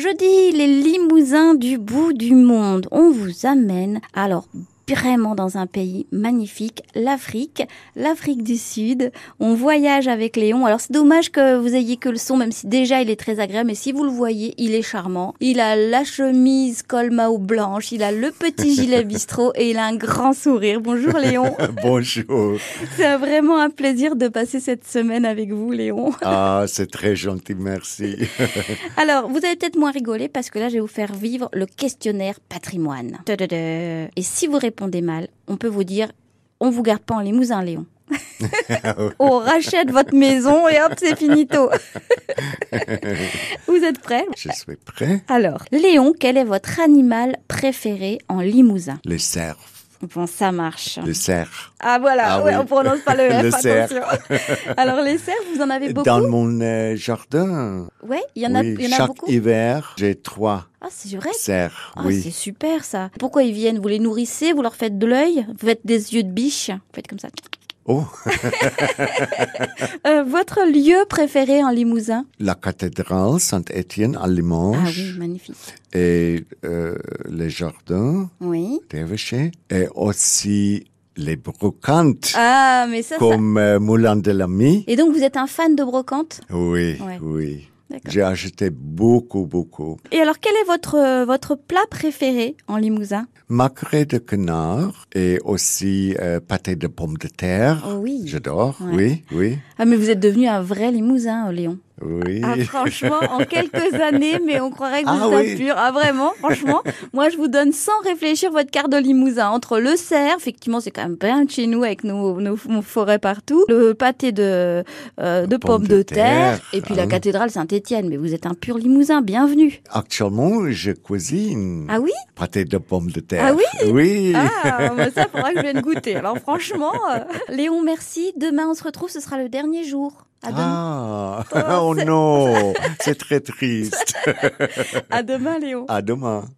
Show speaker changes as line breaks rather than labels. Jeudi, les limousins du bout du monde. On vous amène alors vraiment dans un pays magnifique, l'Afrique, l'Afrique du Sud. On voyage avec Léon. Alors c'est dommage que vous ayez que le son, même si déjà il est très agréable, mais si vous le voyez, il est charmant. Il a la chemise col Mao blanche, il a le petit gilet bistrot et il a un grand sourire. Bonjour Léon.
Bonjour.
C'est vraiment un plaisir de passer cette semaine avec vous Léon.
Ah, c'est très gentil, merci.
Alors, vous allez peut-être moins rigoler parce que là, je vais vous faire vivre le questionnaire patrimoine. Tadada. Et si vous répondez mal, on peut vous dire on vous garde pas en Limousin, Léon. on rachète votre maison et hop, c'est finito. vous êtes prêts
Je suis prêt.
Alors, Léon, quel est votre animal préféré en Limousin
Le cerf.
Bon, ça marche.
Le cerf.
Ah voilà,
Ah
ouais,
oui.
on prononce pas le F,
Le cerf.
attention. Alors les cerfs, vous en avez beaucoup
Dans mon euh, jardin.
Ouais, il y en a,
Oui,
il y en a
chaque
beaucoup.
hiver, j'ai trois
Ah, c'est vrai
cerfs.
Ah, c'est
oui.
super ça. Pourquoi ils viennent Vous les nourrissez, vous leur faites de l'œil, vous faites des yeux de biche, vous faites comme ça.
Oh,
Euh, votre lieu préféré en Limousin
la cathédrale Saint-Étienne à
Ah
Limoges
oui, magnifique.
et euh, les jardins
Oui.
d'Évêché et aussi les brocantes
Ah, mais ça, ça.
comme euh, Moulin de l'Ami.
Et donc vous êtes un fan de brocante
Oui,
Ouais.
oui.
D'accord.
J'ai acheté beaucoup, beaucoup.
Et alors quel est votre euh, votre plat préféré en Limousin
Maquereau de canard et aussi euh, pâté de pommes de terre.
Oh oui.
J'adore.
Ouais.
Oui,
Ah mais vous êtes devenu un vrai Limousin, euh, Léon.
oui, oui.
Ah, franchement, en quelques années, mais on croirait que vous
Ah
êtes
oui.
un pur. Ah vraiment, franchement, moi je vous donne sans réfléchir votre carte de Limousin entre le cerf, effectivement c'est quand même bien de chez nous avec nos, nos, nos forêts partout, le pâté de euh, de pommes, de, terre, et puis la
hein.
cathédrale Saint-Étienne. Mais vous êtes un pur Limousin, bienvenue.
Actuellement, je cuisine
Ah oui,
pâté de pommes de terre.
Ah
oui. Mm. Oui.
ah bah ça faudra que je vienne goûter. Alors franchement, euh, Léon, merci. Demain on se retrouve, ce sera le dernier jour. À demain,
Ah,
Oh,
oh non, c'est très triste.
à demain Léon.
À demain.